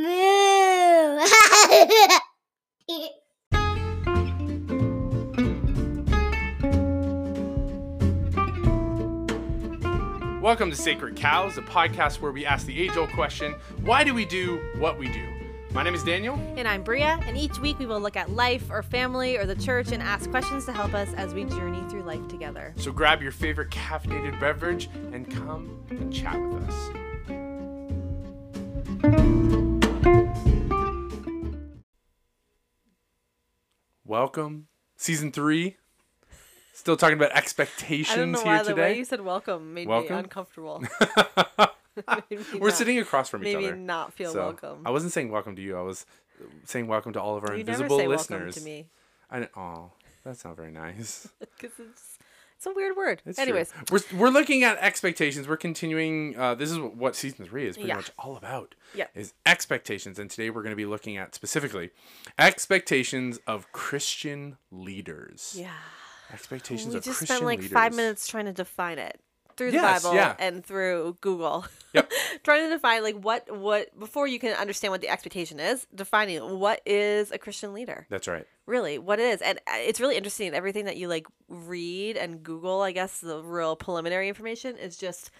Moo. Welcome to Sacred Cows, a podcast where we ask the age old question why do we do what we do? My name is Daniel. And I'm Bria, and each week we will look at life or family or the church and ask questions to help us as we journey through life together. So grab your favorite caffeinated beverage and come and chat with us. Welcome, season three. Still talking about I don't expectations know here why the way today. you said welcome made Welcome? me uncomfortable. Made me We're not- sitting across from each made me other. not feel so welcome. I wasn't saying welcome to you. I was saying welcome to all of our You never invisible say listeners. welcome to me I didn't, oh, that's not very nice. 'cause it's it's a weird word. It's true. Anyways, we're we're looking at expectations. We're continuing. Uh, this is what season three is pretty Yeah. much all about. Yeah. is expectations, and today we're going to be looking at specifically expectations of Christian leaders. yeah, Expectations we of just Christian spent like leaders. five minutes trying to define it through the Yes, Bible yeah. and through Google. Yep. trying to define like what what before you can understand what the expectation is, defining what is a Christian leader. That's right. really what it is and uh, it's really interesting everything that you like read and google i guess the real preliminary information is just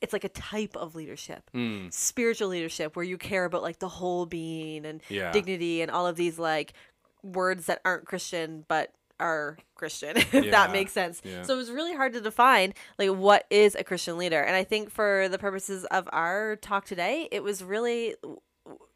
it's like a type of leadership Hmm. spiritual leadership where you care about like the whole being and Yeah. dignity and all of these like words that aren't christian but are christian if that Yeah. makes sense Yeah. so it was really hard to define like what is a christian leader and i think for the purposes of our talk today it was really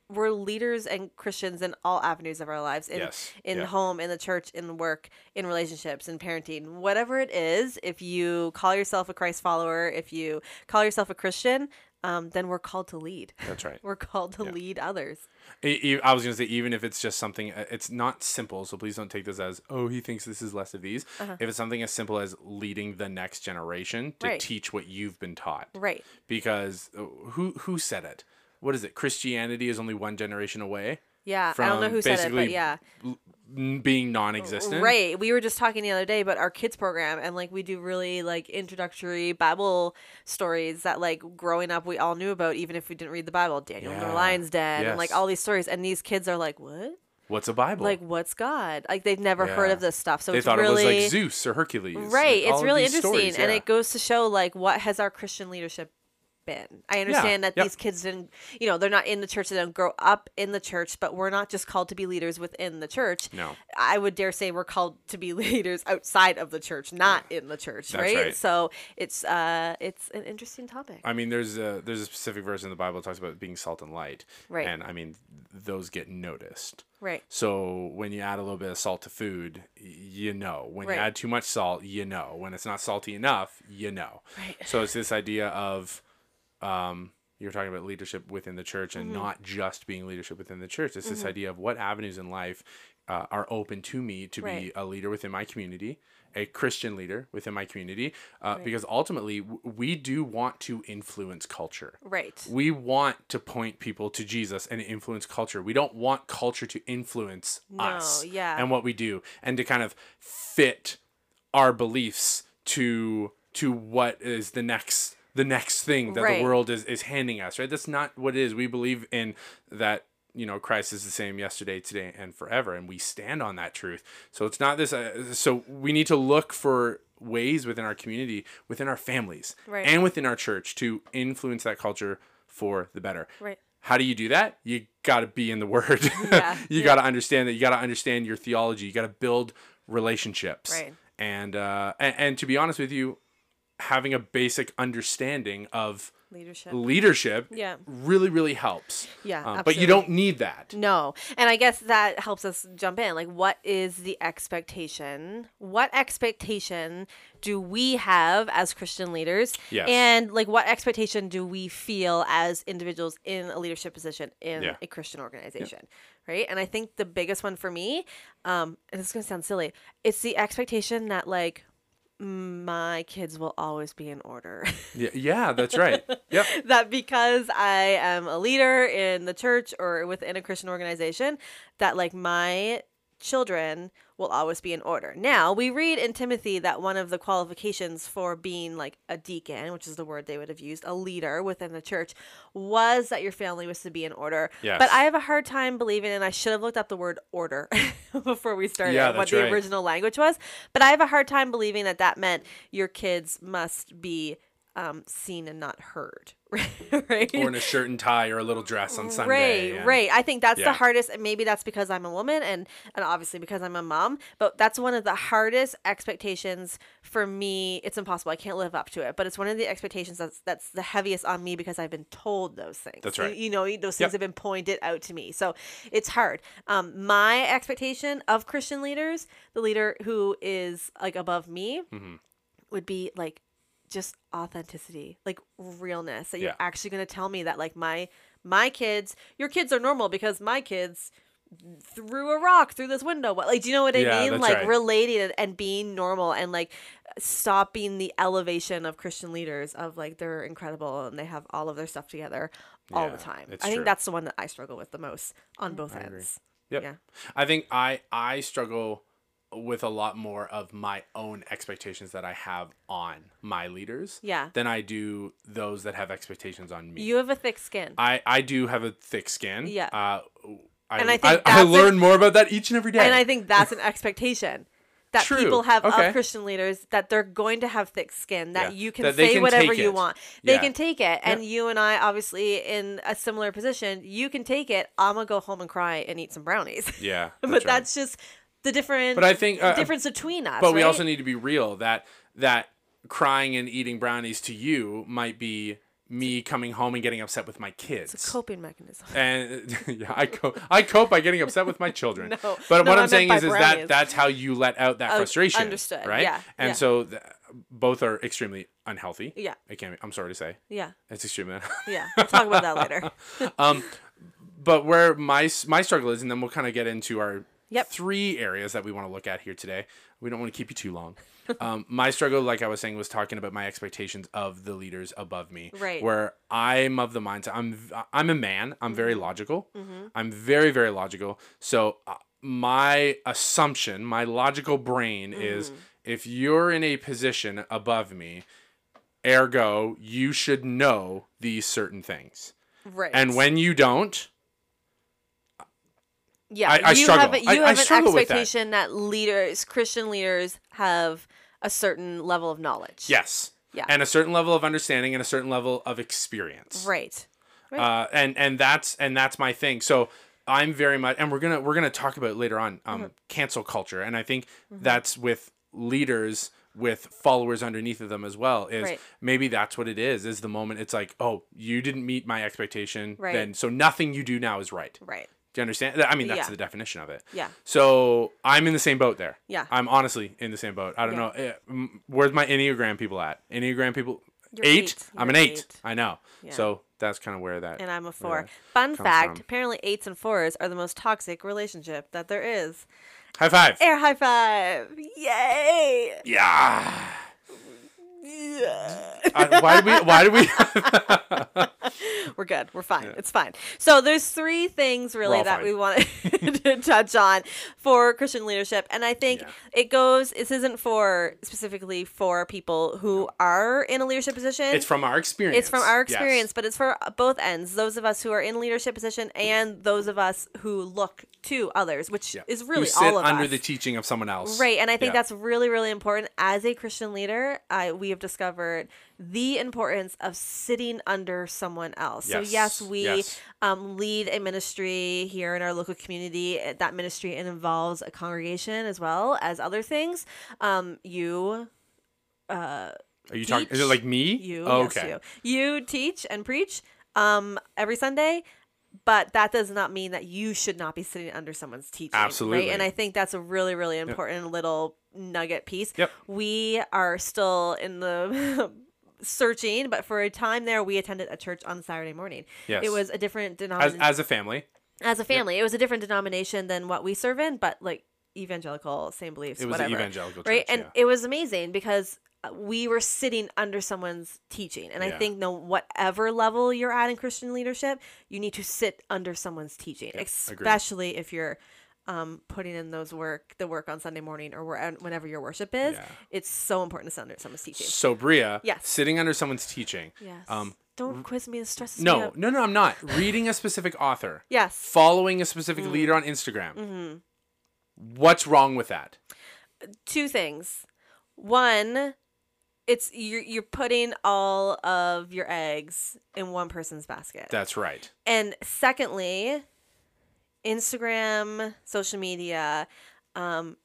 we're leaders and christians in all avenues of our lives in Yes. in Yeah. home, in the church, in work, in relationships, in parenting, whatever it is, if you call yourself a Christ follower, if you call yourself a Christian, um, then we're called to lead. That's right. We're called to lead others. E- e- I was gonna say even if it's just something, uh, it's not simple. So please don't take this as oh he thinks this is less of these. Uh-huh. If it's something as simple as leading the next generation to Right. teach what you've been taught, Right. Because uh, who who said it? What is it? Christianity is only one generation away Yeah. I don't know From who said it, but basically yeah. n- being non-existent. Right. We were just talking the other day about our kids program and like we do really like introductory Bible stories that like growing up we all knew about even if we didn't read the Bible. Daniel in Yeah. the lion's den and Yes. like all these stories and these kids are like, What? What's a Bible? Like what's God? Like they've never heard Yeah. of this stuff. So they it's thought really it was like Zeus or Hercules. and right all it's of really these interesting stories, and yeah. it goes to show like what has our christian leadership been i understand that yep. these kids didn't you know they're not in the church they don't grow up in the church but we're not just called to be leaders within the church No. i would dare say we're called to be leaders outside of the church not in the church That's right? right. so it's uh it's an interesting topic I mean, there's a there's a specific verse in the Bible that talks about being salt and light. Right. And I mean, those get noticed. right So when you add a little bit of salt to food, y- you know. When Right. you add too much salt, you know. When it's not salty enough, you know. Right. So it's this idea of um, you're talking about leadership within the church and Mm-hmm. not just being leadership within the church. It's this idea of what avenues in life uh, are open to me to be Right. a leader within my community, a Christian leader within my community, uh, because ultimately w- we do want to influence culture. right We want to point people to Jesus and influence culture. We don't want culture to influence us yeah. and what we do and to kind of fit our beliefs to to what is the next the next thing that Right. the world is is handing us, right? That's not what it is. We believe in that you know Christ is the same yesterday, today, and forever, and we stand on that truth. So it's not this. Uh, so we need to look for ways within our community, within our families, Right. and within our church to influence that culture for the better. Right. How do you do that? You got to be in the word. Yeah. you got to understand that. You got to understand your theology. You got to build relationships. Right. And, uh, and and to be honest with you, having a basic understanding of leadership leadership Yeah. really really helps. Um, Yeah, but you absolutely. don't need that. No. And I guess that helps us jump in. Like, what is the expectation? What expectation do we have as Christian leaders? Yes. And, like, what expectation do we feel as individuals in a leadership position in Yeah. a Christian organization? Right. And I think the biggest one for me, um, and this is going to sound silly, it's the expectation that, like, my kids will always be in order. Yeah, yeah, that's right. yep. that because I am a leader in the church or within a Christian organization, that like my children will always be in order. Now, we read in Timothy that one of the qualifications for being like a deacon, which is the word they would have used, a leader within the church, was that your family was to be in order. Yes. But I have a hard time believing, and I should have looked up the word order before we started, Yeah, what that's the right. original language was. But I have a hard time believing that that meant your kids must be um, seen and not heard. right? or in a shirt and tie or a little dress on Sunday. Right, and- right. I think that's Yeah. the hardest, and maybe that's because I'm a woman, and and obviously because I'm a mom. But that's one of the hardest expectations for me. It's impossible. I can't live up to it. But it's one of the expectations that's that's the heaviest on me because I've been told those things. That's You- right. You, know, those Yep. things have been pointed out to me, so it's hard. Um, my expectation of Christian leaders, the leader who is like above me, Mm-hmm. would be like just authenticity like realness that you're Yeah. actually going to tell me that like my my kids your kids are normal because my kids threw a rock through this window what like do you know what i Yeah, mean that's like right. relating and, and being normal and like stopping the elevation of christian leaders of like they're incredible and they have all of their stuff together all Yeah, the time it's i think true. that's the one that i struggle with the most on both ends Yep. yeah I think I I struggle with a lot more of my own expectations that I have on my leaders Yeah. than I do those that have expectations on me. you have a thick skin I I do have a thick skin. Yeah. Uh, I, And I I, think I, that's an- learn more about that each and every day. And I think that's an expectation that True. people have Okay. of Christian leaders that they're going to have thick skin, that Yeah. you can That they say can whatever take you it. want. They Yeah. can take it. And you and I, obviously, in a similar position, you can take it. I'm going to go home and cry and eat some brownies. yeah. but right. that's just the different But I think, uh, difference between us. But we right? also need to be real that that crying and eating brownies to you might be me coming home and getting upset with my kids. it's a coping mechanism. and yeah, I cope. I cope by getting upset with my children. No. but No, what I I'm meant saying by is, is brownies. Oh, that that's how you let out that frustration. understood. Right. Yeah, And yeah. so th- both are extremely unhealthy. Yeah. It can. Be, I'm sorry to say, Yeah. it's extremely. unhealthy. Yeah. We'll talk about that later. but where my s- my struggle is, and then we'll kind of get into our Yep. three areas that we want to look at here today. We don't want to keep you too long. um, my struggle, like I was saying, was talking about my expectations of the leaders above me. Right. Where I'm of the mindset, I'm v- I'm a man. I'm very Mm-hmm. logical. I'm very very logical. So uh, my assumption, my logical brain is, Mm-hmm. if you're in a position above me, ergo you should know these certain things. Right. And when you don't, Yeah, I- I you struggle. have a- you I- I have an struggle with that. expectation that. leaders, Christian leaders, have a certain level of knowledge. Yes. Yeah. And a certain level of understanding and a certain level of experience. Right. Uh, and and that's and that's my thing. So I'm very much, and we're gonna we're gonna talk about later on um, Mm-hmm. cancel culture, and I think that's with leaders with followers underneath of them as well. Is Right. maybe that's what it is? Is the moment it's like, oh, you didn't meet my expectation, Right. then so nothing you do now is right. Right. Do you understand? I mean, that's Yeah. the definition of it. Yeah. So I'm in the same boat there. Yeah. I'm honestly in the same boat. I don't Yeah. know. eh, mm, Where's my Enneagram people at? Enneagram people. You're eight? eight. I'm an You're eight. eight. I know. So that's kind of where that. And I'm a where four. that- Fun comes fact: from. apparently, eights and fours are the most toxic relationship that there is. High five. Air high five! Yay! Yeah. I- why did we? Why did we? We're good. We're fine. It's fine. So there's three things really all that fine. we want to touch on for Christian leadership, and I think Yeah. it goes. This isn't for specifically for people who are in a leadership position. it's from our experience. It's from our Yes. experience, but it's for both ends. Those of us who are in leadership position and those of us who look to others, which Yeah. is Who really sit all of under us. the teaching of someone else. Right, and I think Yeah. that's really, really important. As a Christian leader, I, we have discovered the importance of sitting under someone else. So Yes, yes, we yes. Um, lead a ministry here in our local community. Uh, That ministry involves a congregation as well as other things. Um, you Are you talking? Is it teach like me? you Oh, yes, okay. you you teach and preach um every sunday but that does not mean that you should not be sitting under someone's teaching Absolutely. right? and i think that's a really really important little nugget piece Yep. we are still in the searching but for a time there we attended a church on saturday morning Yes. it was um, a different As denomination as, as a family. a family it was a different denomination than what we serve in but like evangelical same beliefs It was whatever the evangelical church. right and yeah. it was amazing because uh, we were sitting under someone's teaching and Yeah. i think no whatever level you're at in christian leadership you need to sit under someone's teaching agreed. especially if you're um, putting in those work, the work on Sunday morning or where, whenever your worship is. Yeah. It's so important to sound under someone's teaching. So Bria, Yes. sitting under someone's teaching. Yes. Um, Don't quiz me. It stresses me no, out. no, no, I'm not reading a specific author, Yes. Mm-hmm. following a specific Mm. leader on Instagram. What's wrong with that? Two things. One, it's you're you're putting all of your eggs in one person's basket. That's right. And secondly, Instagram, social media, um,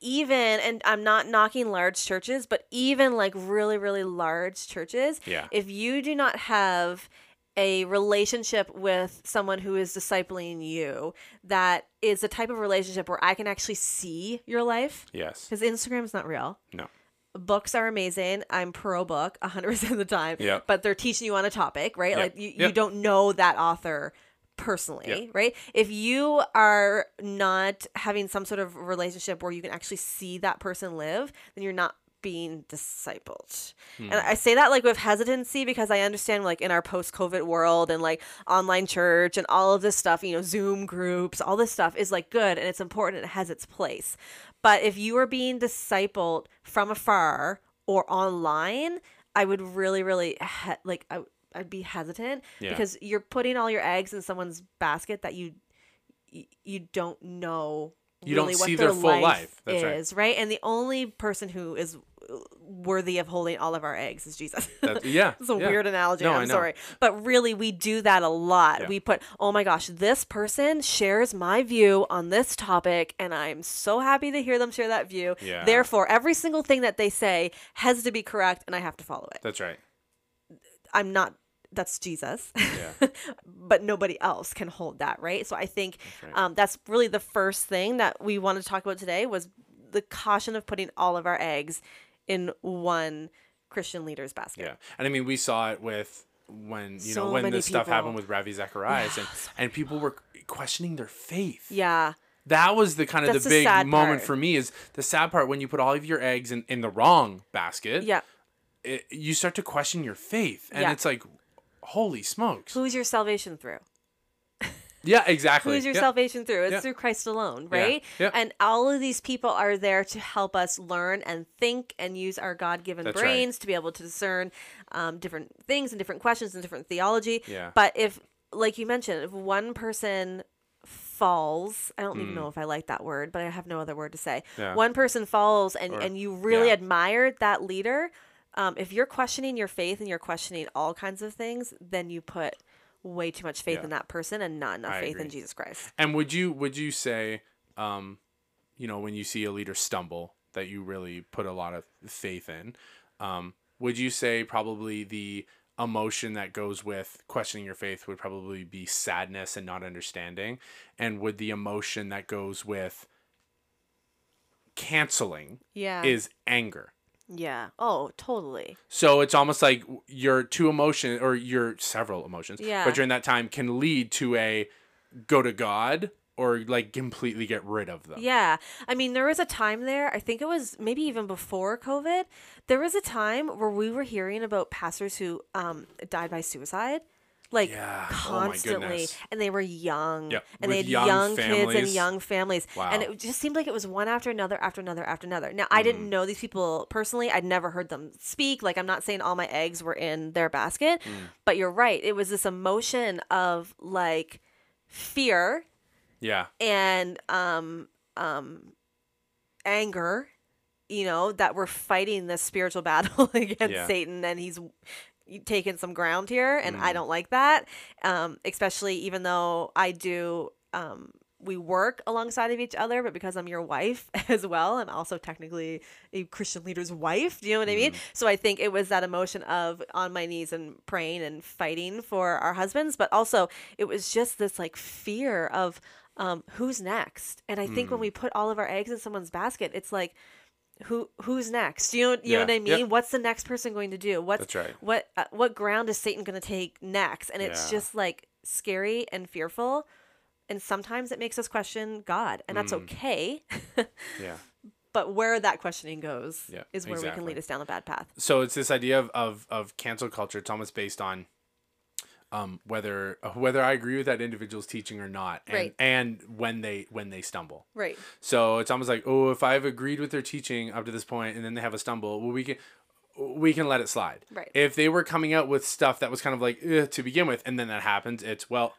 even, and I'm not knocking large churches, but even like really, really large churches, Yeah. if you do not have a relationship with someone who is discipling you, that is the type of relationship where I can actually see your life, Yes. because Instagram's not real No. books are amazing. I'm pro book 100% of the time. Yep. But they're teaching you on a topic, right? Yep. Like you, you Yep. don't know that author personally, Yep. right? If you are not having some sort of relationship where you can actually see that person live, then you're not being discipled. Hmm. And I say that like with hesitancy because I understand like in our post-covid world and like online church and all of this stuff, you know, Zoom groups, all this stuff is like good and it's important, it has its place. But if you are being discipled from afar or online, I would really, really he- like I, I'd be hesitant Yeah. because you're putting all your eggs in someone's basket that you y- you don't know. You don't really what see their full life. That's right. is right. and the only person who is uh, worthy of holding all of our eggs is Jesus. That, yeah. It's a yeah. weird analogy. No, I I'm know. sorry. But really, we do that a lot. Yeah. We put, oh my gosh, this person shares my view on this topic, and I'm so happy to hear them share that view. Yeah. Therefore, every single thing that they say has to be correct, and I have to follow it. That's right. I'm not, that's Jesus. Yeah. but nobody else can hold that, right? So I think right. um, that's really the first thing that we wanted to talk about today was the caution of putting all of our eggs in one Christian leader's basket. Yeah, and I mean, we saw it with when you So know when many this stuff people. happened with Ravi Zacharias, and and people were questioning their faith. Yeah. That was the kind of That's the the big sad moment part. for me is the sad part when you put all of your eggs in in the wrong basket. Yeah. it, you start to question your faith, and Yeah. it's like, holy smokes. Who's your salvation through? Yeah, exactly. Who's your Yeah. salvation through? It's Yeah. through Christ alone, right? Yeah. And all of these people are there to help us learn and think and use our God given That's right. brains to be able to discern um, different things and different questions and different theology. Yeah. But if, like you mentioned, if one person falls, I don't even know if I like that word, but I have no other word to say. Hmm. Yeah. One person falls and, Or- and you really yeah. admired that leader. Um, if you're questioning your faith and you're questioning all kinds of things, then you put way too much faith Yeah. in that person and not enough I faith agree. in Jesus Christ. And would you would you say, um, you know, when you see a leader stumble that you really put a lot of faith in, um, would you say probably the emotion that goes with questioning your faith would probably be sadness and not understanding, and would the emotion that goes with canceling Yeah. is anger. yeah. Oh, totally. So it's almost like your two emotions or your several emotions, Yeah. but during that time can lead to a go to God or like completely get rid of them. Yeah. I mean, there was a time there, I think it was maybe even before COVID, there was a time where we were hearing about pastors who um, died by suicide. Like Yeah. Oh my constantly, goodness. and they were young, Yep. and With they had young young, kids and families. young families, Wow. Mm. and it just seemed like it was one after another, after another, after another. Now, I didn't know these people personally; I'd never heard them speak. Like, I'm not saying all my eggs were in their basket, Mm. but you're right; it was this emotion of like fear, Yeah. and um um anger you know that we're fighting this spiritual battle against Yeah. satan and he's taken some ground here and i don't like that um especially even though i do um we work alongside of each other but because i'm your wife as well i'm also technically a christian leader's wife do you know what i mean so i think it was that emotion of on my knees and praying and fighting for our husbands but also it was just this like fear of um, who's next and i think Hmm. when we put all of our eggs in someone's basket it's like who who's next you know you Yeah, know what i yeah. mean what's the next person going to do what's That's right. what uh, what ground is satan going to take next and it's Yeah. just like scary and fearful and sometimes it makes us question god and Hmm. that's okay Yeah. but where that questioning goes Yeah, is where we can exactly. lead us down the bad path So it's this idea of, of, of cancel culture. It's almost based on um, whether whether I agree with that individual's teaching or not, and, Right. and when they when they stumble. Right. So it's almost like, oh, if I've agreed with their teaching up to this point, and then they have a stumble, well, we can we can let it slide. Right. If they were coming out with stuff that was kind of like eh, to begin with, and then that happens, it's well,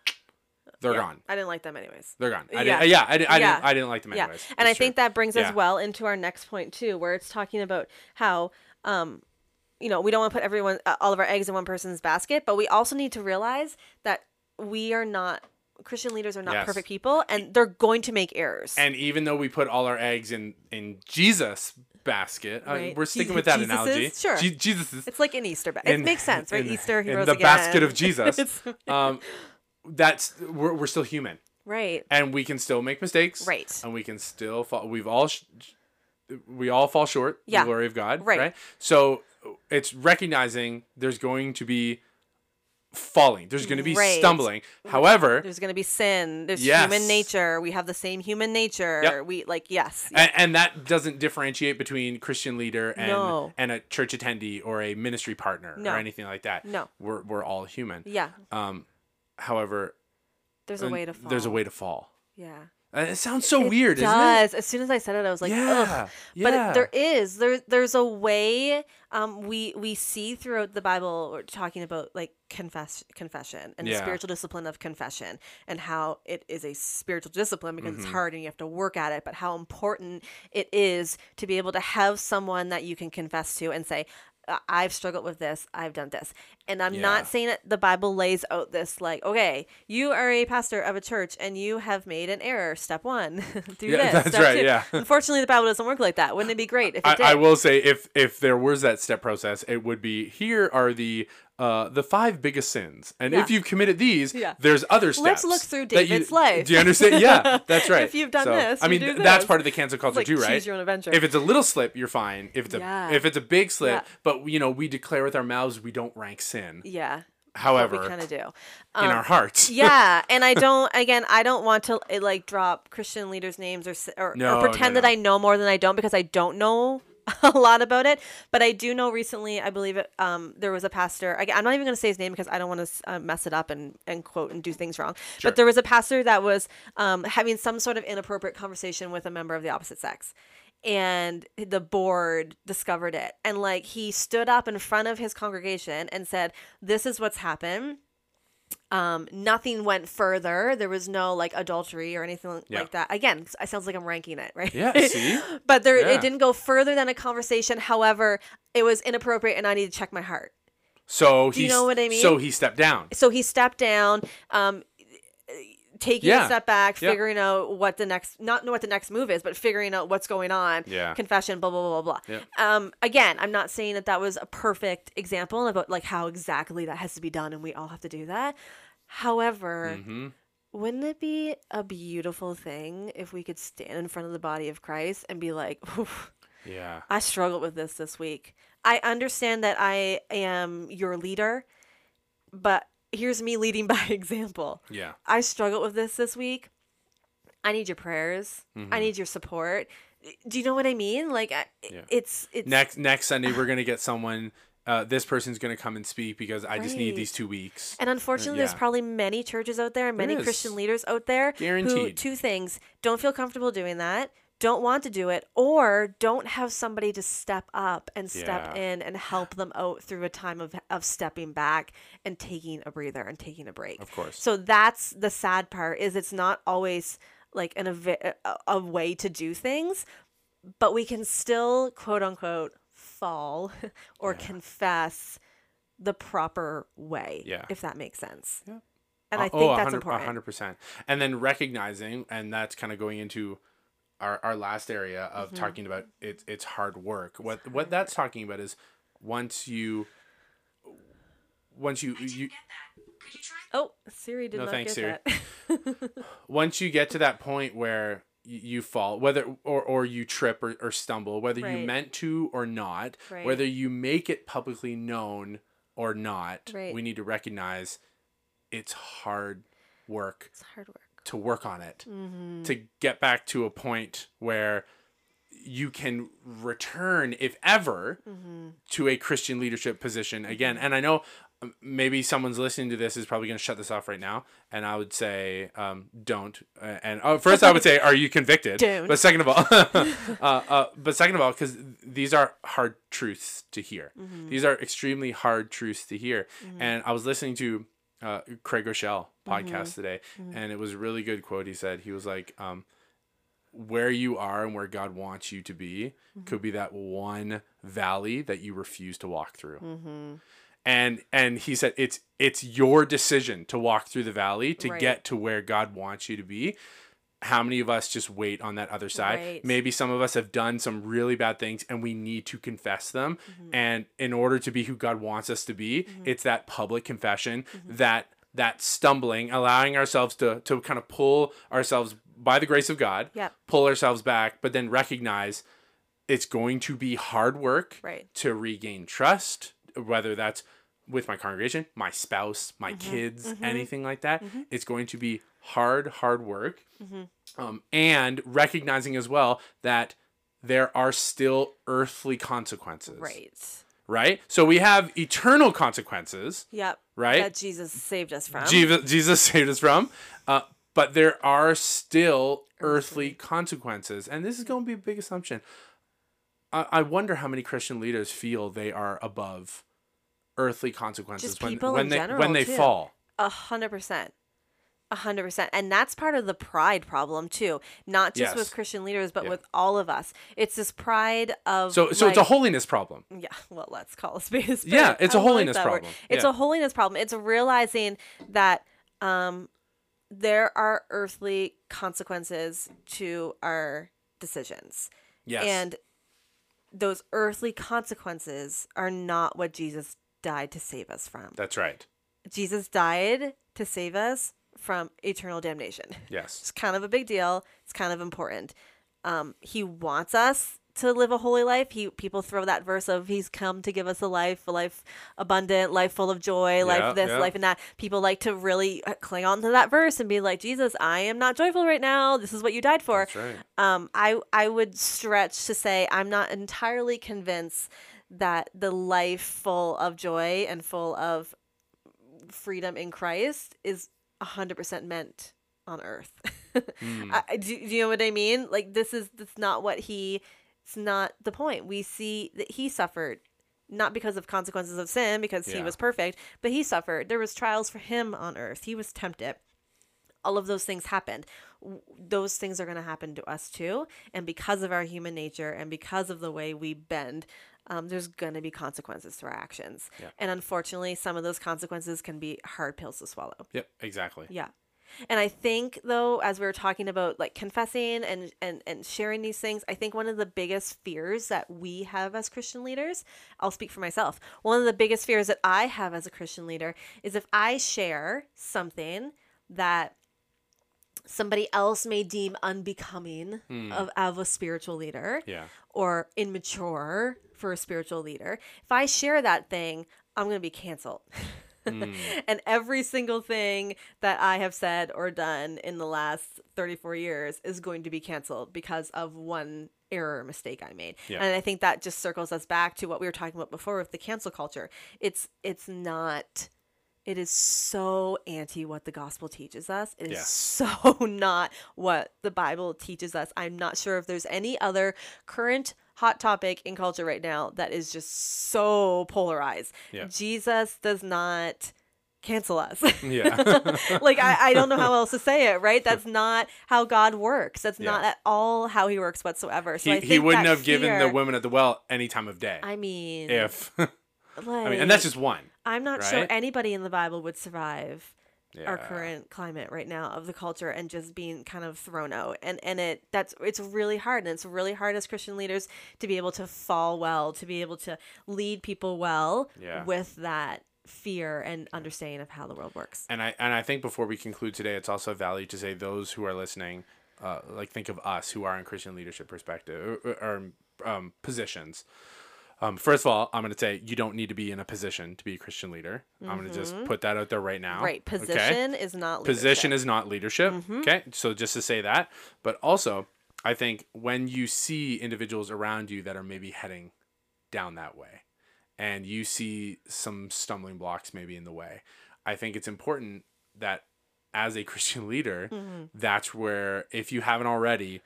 they're Yeah. gone. I didn't like them anyways. They're gone. I Yeah. didn't, yeah, I, didn't, I, Yeah. Didn't, I didn't like them yeah. anyways. And I That's true. think that brings Yeah. us well into our next point too, where it's talking about how um you know, we don't want to put everyone uh, all of our eggs in one person's basket, but we also need to realize that we are not Christian leaders are not Yes. perfect people and they're going to make errors. And even though we put all our eggs in in Jesus' basket, uh, Right. we're sticking Jesus- with that Jesus's? analogy. Sure. Je- Jesus's. it's like an Easter basket. in- It makes sense, right? in- Easter, he in rose the again. basket of Jesus. It's- um, that's we're, we're still human, right. and we can still make mistakes, Right. And we can still fall. We've all sh- we all fall short. of Yeah. the glory of God, Right. So it's recognizing there's going to be falling. There's going to be Right. stumbling. However, There's going to be sin. There's Yes. human nature. We have the same human nature. Yep. We like yes. and, and that doesn't differentiate between Christian leader and No. and a church attendee or a ministry partner No. or anything like that. No. we're we're all human. yeah. Um, however, There's a way to fall. there's a way to fall. Yeah. And it sounds so weird, it isn't it? does. As soon as I said it, I was like, yeah, ugh. yeah. But it- there is there there's a way um, we we see throughout the Bible we're talking about like confess confession and the Yeah. spiritual discipline of confession and how it is a spiritual discipline because Mm-hmm. it's hard and you have to work at it but how important it is to be able to have someone that you can confess to and say "I- I've struggled with this I've done this and I'm Yeah. not saying that the Bible lays out this like okay you are a pastor of a church and you have made an error step one do Yeah, this that's step right, two. yeah. Unfortunately, the Bible doesn't work like that. Wouldn't it be great if it I, did? I will say if if there was that step process, it would be here are the uh, the five biggest sins, and if Yeah. you've committed these, Yeah. there's other steps. Let's look through that you- David's life. Do you understand? Yeah, that's right. If you've done this, I you mean do th- that's this. part of the cancel culture like too, choose right? your own adventure. If it's a little slip, you're fine. If it's a Yeah. if it's a big slip, Yeah. but you know we declare with our mouths we don't rank sin. yeah. However, We kind of do. in our hearts, yeah, and I don't. Again, I don't want to eh, like drop Christian leaders' names or s- or, No, or no, pretend no. that I know more than I don't because I don't know a lot about it. But I do know recently, I believe it, um, there was a pastor. I, am not even going to say his name because I don't want to uh, mess it up and and quote and do things wrong. But there was a pastor that was um, having some sort of inappropriate conversation with a member of the opposite sex. And the board discovered it. And like he stood up in front of his congregation and said, This is what's happened um nothing went further there was no like adultery or anything Yeah. like that again s- it sounds like i'm ranking it right yeah. See, but there Yeah. it didn't go further than a conversation however it was inappropriate and i need to check my heart so he you know what I mean? So he stepped down. so he stepped down um taking Yeah. a step back Yeah. figuring out what the next not know what the next move is but figuring out what's going on Yeah. confession blah blah blah blah blah um again i'm not saying that that was a perfect example about like how exactly that has to be done and we all have to do that however hmm Wouldn't it be a beautiful thing if we could stand in front of the body of Christ and be like, "Oof, Yeah. I struggled with this this week. I understand that I am your leader, but here's me leading by example. Yeah. I struggled with this this week. I need your prayers. I need your support. Do you know what I mean? Like, I, Yeah. it's it's next next Sunday we're gonna get someone. Uh, this person's gonna come and speak because I just need Right. these two weeks. And unfortunately, yeah. there's probably many churches out there, and many is. Christian leaders out there who Guaranteed. two things don't feel comfortable doing that, don't want to do it, or don't have somebody to step up and step Yeah. in and help them out through a time of, of stepping back and taking a breather and taking a break. Of course. So that's the sad part is it's not always like an ava- a, a way to do things, but we can still quote unquote fall or confess the proper way. Yeah. If that makes sense. Yeah. And I Uh, think a that's hundred- a important. hundred percent. And then recognizing, and that's kind of going into our, our last area of Mm-hmm. talking about it's it's hard work. What what that's talking about is once you once you, you Oh, Siri did No, not thanks, get that. once you get to that point where you, you fall whether or or you trip or, or stumble whether you Right. meant to or not Right. whether you make it publicly known or not Right. we need to recognize it's hard work it's hard work. to work on it Mm-hmm. to get back to a point where you can Mm-hmm. return if ever to a christian leadership position again and i know um, maybe someone's listening to this is probably going to shut this off right now and i would say um, don't Uh, and oh, first i would say are you convicted Don't. but second of all uh, uh, but second of all because these are hard truths to hear Mm-hmm. these are extremely hard truths to hear and i was listening to uh, craig rochelle podcast today and it was a really good quote he said he was like um, where you are and where god wants you to be could be that one valley that you refuse to walk through Mm-hmm. and and he said it's it's your decision to walk through the valley to Right. get to where god wants you to be how many of us just wait on that other side Right. maybe some of us have done some really bad things and we need to confess them Mm-hmm. and in order to be who god wants us to be it's that public confession Mm-hmm. that that stumbling allowing ourselves to to kind of pull ourselves by the grace of god Yep. pull ourselves back but then recognize it's going to be hard work Right. to regain trust, whether that's with my congregation, my spouse, my kids, anything like that. It's going to be hard, hard work. Mm-hmm. Um, and recognizing as well that there are still earthly consequences. Right. Right? So we have eternal consequences, Yep. right? That Jesus saved us from. Jesus, Jesus saved us from. Uh, but there are still earthly consequences. And this is going to be a big assumption. I, I wonder how many Christian leaders feel they are above earthly consequences Just when, people when in they when general, they too. fall. A hundred percent. A hundred percent. And that's part of the pride problem too. Not just Yes. with Christian leaders, but Yeah. with all of us. It's this pride of So so it's a like- holiness problem. yeah, well, let's call a spade a spade. Yeah, it's a a holiness problem. It's Yeah. a holiness problem. It's realizing that um, there are earthly consequences to our decisions, Yes. and those earthly consequences are not what Jesus died to save us from. that's right. Jesus died to save us from eternal damnation. Yes. It's kind of a big deal. It's kind of important. Um, he wants us to live a holy life. He people throw that verse of he's come to give us a life, a life abundant, life full of joy, Yeah, life this, yeah. life and that. People like to really uh, cling on to that verse and be like, Jesus, I am not joyful right now. This is what you died for That's right. um, I I would stretch to say I'm not entirely convinced that the life full of joy and full of freedom in Christ is 100% meant on earth. Mm. I, I- do, do you know what I mean? Like this is that's not what he it's not the point. We see that he suffered not because of consequences of sin because he Yeah. was perfect, but he suffered. There was trials for him on earth. He was tempted. All of those things happened. W- Those things are going to happen to us too, and because of our human nature and because of the way we bend, um, there's going to be consequences to our actions. Yeah. And unfortunately, some of those consequences can be hard pills to swallow. Yep, exactly. Yeah. And I think though, as we were talking about like confessing and, and and sharing these things, I think one of the biggest fears that we have as Christian leaders, I'll speak for myself. One of the biggest fears that I have as a Christian leader is if I share something that somebody else may deem unbecoming Hmm. of, of a spiritual leader Yeah. or immature for a spiritual leader, if I share that thing, I'm going to be canceled. Mm. and every single thing that I have said or done in the last 34 years is going to be canceled because of one error or mistake I made. Yeah. And I think that just circles us back to what we were talking about before with the cancel culture. It's it's not it is so anti what the gospel teaches us. It is Yes. so not what the Bible teaches us. I'm not sure if there's any other current hot topic in culture right now that is just so polarized. Yeah. Jesus does not cancel us. Yeah. like I, I don't know how else to say it, right? That's not how God works. That's not Yeah. at all how he works whatsoever. So I he, think he wouldn't that have given the fear- women at the well any time of day. I mean, if I like, mean and that's just one. I'm not sure right? anybody in the Bible would survive our Yeah. current climate right now of the culture and just being kind of thrown out and and it that's it's really hard and it's really hard as christian leaders to be able to fall well to be able to lead people well Yeah. with that fear and understanding of how the world works And I and I think before we conclude today, it's also of value to say those who are listening, uh, like think of us who are in Christian leadership perspective or, or um, positions. Um, first of all, I'm going to say you don't need to be in a position to be a Christian leader. I'm going to just put that out there right now. Mm-hmm. right okay? position is not Position is not leadership. Mm-hmm. Okay. So just to say that, but also I think when you see individuals around you that are maybe heading down that way and you see some stumbling blocks maybe in the way, I think it's important that as a Christian leader, Mm. Mm-hmm. that's where, if you haven't already,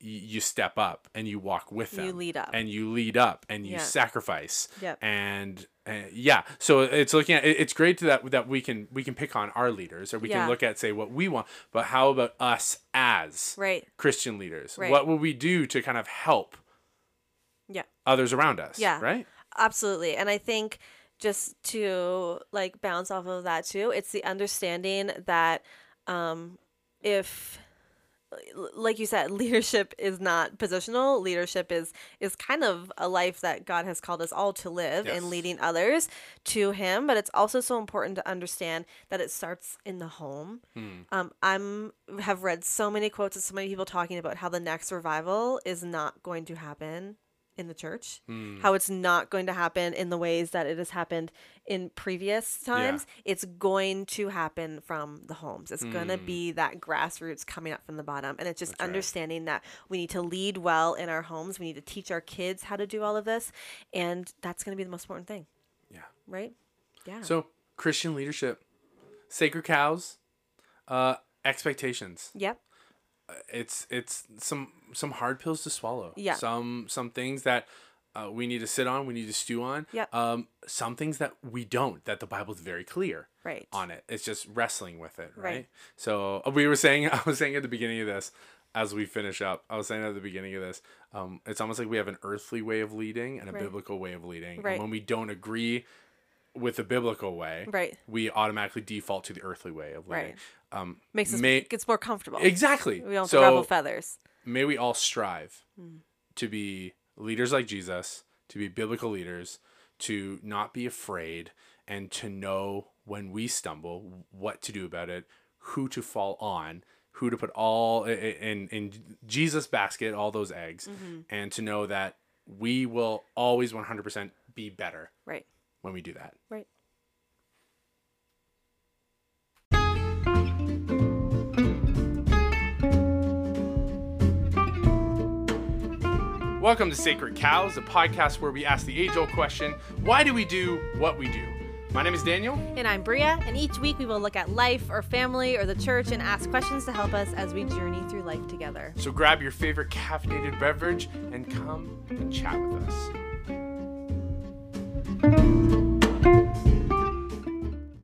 y- you step up and you walk with them. You lead up. And you lead up and you Yeah. sacrifice. Yep. And, and yeah, so it's looking at it- it's great to that that we can we can pick on our leaders or we Yeah. can look at say what we want, but how about us as Right. Christian leaders? Right. What will we do to kind of help Yeah. others around us? Yeah. Right? Absolutely. And I think just to like bounce off of that too, it's the understanding that um if l- like you said leadership is not positional leadership is is kind of a life that god has called us all to live Yes. and leading others to him but it's also so important to understand that it starts in the home um, i'm have read so many quotes of so many people talking about how the next revival is not going to happen in the church Mm, how it's not going to happen in the ways that it has happened in previous times it's going to happen from the homes it's going to be that grassroots coming up from the bottom and it's just Mm. right. understanding that we need to lead well in our homes we need to teach our kids how to do all of this and that's going to be the most important thing Yeah. right yeah So Christian leadership, sacred cows, uh, expectations. yep It's it's some some hard pills to swallow. Yeah. Some some things that uh, we need to sit on. We need to stew on. Yep. Um, some things that we don't. That the Bible's very clear right on it. It's just wrestling with it, right? Right. So uh, we were saying, I was saying at the beginning of this, as we finish up, I was saying at the beginning of this, um, it's almost like we have an earthly way of leading and a Right. biblical way of leading. Right. And when we don't agree with the biblical way, Right. we automatically default to the earthly way of leading. Right. makes us may- gets more comfortable Exactly. we don't have to so ruffle feathers may we all strive to be leaders like Jesus, to be biblical leaders, to not be afraid, and to know when we stumble what to do about it, who to fall on, who to put all i- i- in in Jesus' basket, all those eggs, and to know that we will always 100% be better right when we do that. right Welcome to Sacred Cows, a podcast where we ask the age-old question, why do we do what we do? My name is Daniel. And I'm Bria, and each week we will look at life or family or the church and ask questions to help us as we journey through life together. So grab your favorite caffeinated beverage and come and chat with us.